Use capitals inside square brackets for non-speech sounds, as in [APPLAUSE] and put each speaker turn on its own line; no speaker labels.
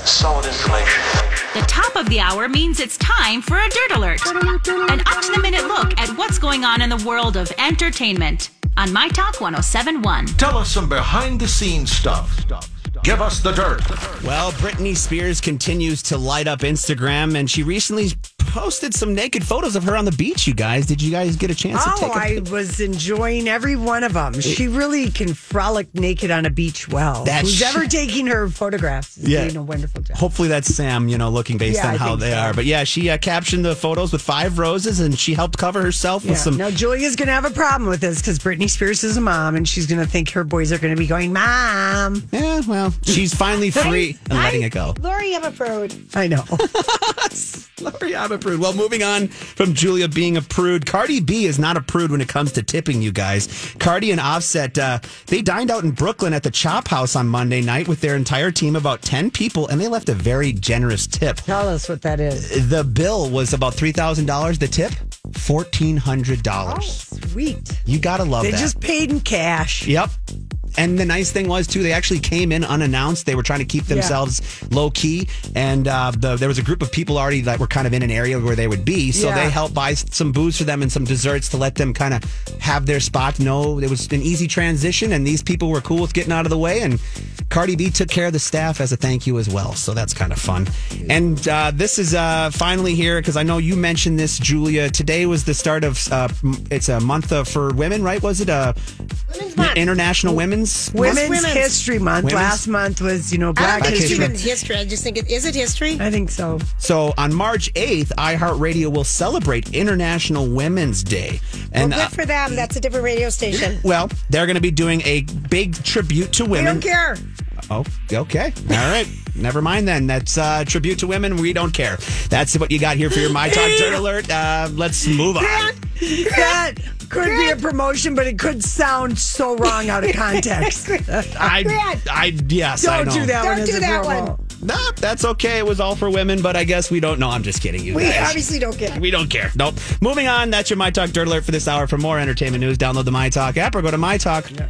solid information.
The top of the hour means it's time for a Dirt Alert, an up to the minute look at what's going on in the world of entertainment on My Talk 1071.
Tell us some behind the scenes stuff. Give us the dirt.
Well, Britney Spears continues to light up Instagram, and she recently posted some naked photos of her on the beach. You guys, did you guys get a chance to take?
Oh,
a
I was enjoying every one of them. She really can frolic naked on a beach well.
That's-
Who's ever taking her photographs is
Yeah.
doing a wonderful job.
Hopefully that's Sam, you know, looking based
Yeah,
on
I
how
think
they
so.
are. But yeah, she uh, captioned the photos with five roses, and she helped cover herself with
Yeah.
some.
Now Julia's gonna have a problem with this because Britney Spears is a mom, and she's gonna think her boys are gonna be going, "Mom."
Yeah, well, she's finally free and letting
I-
it go.
Lori, I'm a prude.
[LAUGHS]
I know.
Sorry, I'm a prude. Well, moving on from Julia being a prude, Cardi B is not a prude when it comes to tipping, you guys. Cardi and Offset, uh, they dined out in Brooklyn at the Chop House on Monday night with their entire team, about 10 people, and they left a very generous tip.
Tell us what that is.
The bill was about $3,000. The tip, $1,400.
Oh, Sweet.
You gotta love
They
that.
just paid in cash.
Yep. And the nice thing was too, they actually came in unannounced. They were trying to keep themselves low key, and uh, the, there was a group of people already that were kind of in an area where they would be. So
Yeah.
they helped buy s- some booze for them and some desserts to let them kind of have their spot. No, it was an easy transition, and these people were cool with getting out of the way. And Cardi B took care of the staff as a thank you as well. So that's kind of fun. And uh, this is uh, finally here because I know you mentioned this, Julia. Today was the start of uh, m- it's a month uh, for women, right? Was it uh,
Women's Month.
International Women's
Women's,
Women's.
History Month.
Women's-
Last month was, you know,
I
Black
don't think it's
History.
even history. I just think it is it history.
I think so.
So on March 8th, iHeartRadio will celebrate International Women's Day. And
well,
uh,
good for them. That's a different radio station.
well, they're going to be doing a big tribute to
We
women.
don't care.
Oh, okay. All right. Never mind then. That's uh, tribute to women. We don't care. That's what you got here for your My Talk Dirt Alert. Uh, let's move on.
That could be a promotion, but it could sound so wrong out
[LAUGHS]
of context.
I,
Grant.
I, yes, I
Don't
know.
do that one.
Don't
as
do
a
that
promo.
one.
Nah, that's okay. It was all for women, but I guess we don't know. I'm just kidding you.
We
guys.
obviously don't care.
We don't care. Nope. Moving on. That's your My Talk Dirt Alert for this hour. For more entertainment news, download the My Talk app or go to MyTalk.com.